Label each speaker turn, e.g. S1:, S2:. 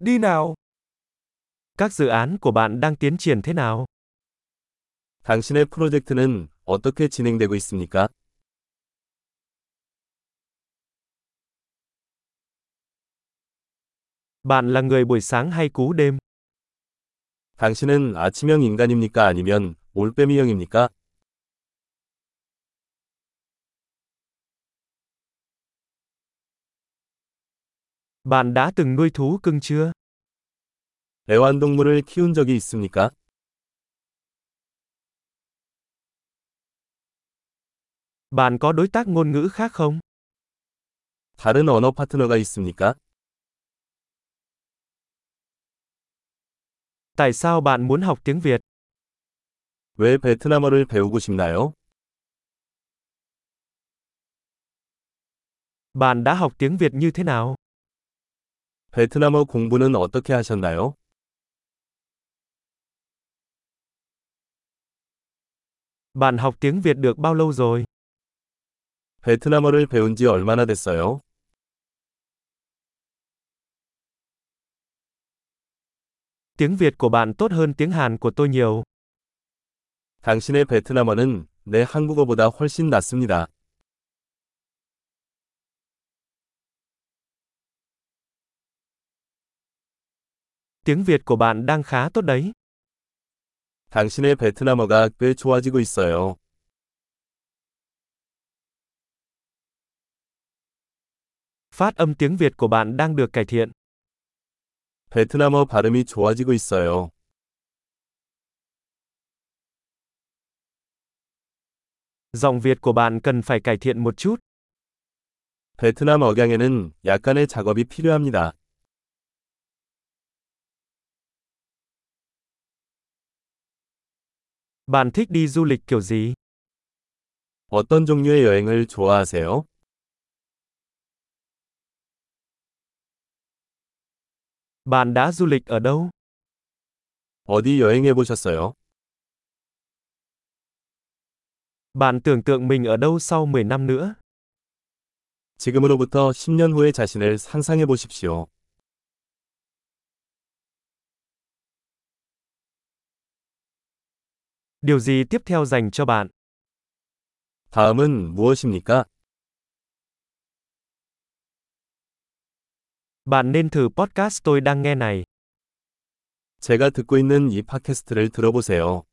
S1: đi nào.
S2: Các dự án của bạn đang tiến triển thế nào?
S3: 당신의 프로젝트는 어떻게 진행되고 있습니까?
S2: Bạn là người buổi sáng hay cú đêm?
S3: 당신은 아침형 인간입니까 아니면 올빼미형입니까?
S2: Bạn đã từng nuôi thú cưng chưa?
S3: 애완동물을 키운 적이 있습니까?
S2: Bạn có đối tác ngôn ngữ khác không?
S3: 다른 언어 파트너가 있습니까?
S2: Tại sao bạn muốn học tiếng Việt?
S3: 왜 베트남어를 배우고 싶나요?
S2: Bạn đã học tiếng Việt như thế nào?
S3: 베트남어 공부는 어떻게 하셨나요?
S2: Bạn học tiếng Việt được bao lâu rồi?
S3: 베트남어를 배운 지 얼마나 됐어요?
S2: Tiếng Việt của bạn tốt hơn tiếng Hàn của tôi nhiều.
S3: 당신의 베트남어는 내 한국어보다 훨씬 낫습니다.
S2: Tiếng Việt của bạn đang khá tốt đấy.
S3: 당신의 베트남어가 꽤 좋아지고 있어요.
S2: Phát âm tiếng Việt của bạn đang được cải thiện.
S3: 베트남어 발음이 좋아지고 있어요.
S2: Giọng Việt của bạn cần phải cải thiện một chút.
S3: 베트남 억양에는 약간의 작업이 필요합니다.
S2: Bạn thích đi du lịch kiểu gì?
S3: 어떤 종류의 여행을 좋아하세요?
S2: Bạn đã du lịch ở đâu?
S3: 어디 여행해 보셨어요?
S2: Bạn tưởng tượng mình ở đâu sau 10 năm nữa?
S3: 지금으로부터 10년 후의 자신을 상상해 보십시오.
S2: Điều gì tiếp theo dành cho bạn?
S3: 다음은 무엇입니까?
S2: Bạn nên thử podcast tôi đang nghe này.
S3: 제가 듣고 있는 이 팟캐스트를 들어보세요.